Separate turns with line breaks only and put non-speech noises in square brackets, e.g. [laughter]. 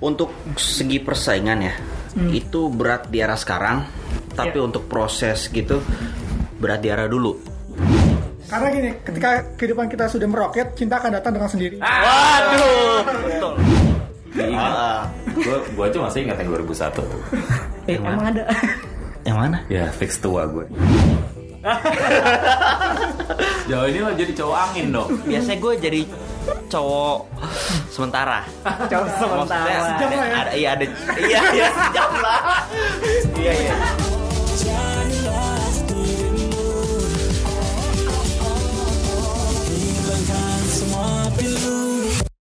Untuk segi persaingan ya,
Hmm.
itu berat di era sekarang, tapi
Iya.
untuk proses gitu berat di era dulu.
Karena gini, ketika kehidupan kita sudah meroket, cinta akan datang dengan sendiri.
Waduh.
Ah, gue gue aja masih ingat yang 2001 tuh.
Eh,
Iya,
emang ada.
Yang mana?
Ya fix tua gue. [laughs] Jauh ini lo jadi cowok angin dong.
Biasanya gue jadi cowok sementara.
[laughs] Cowok sementara. ya?
Maksudnya ada, ada, iya ada, iya iya sejam lah. Iya iya.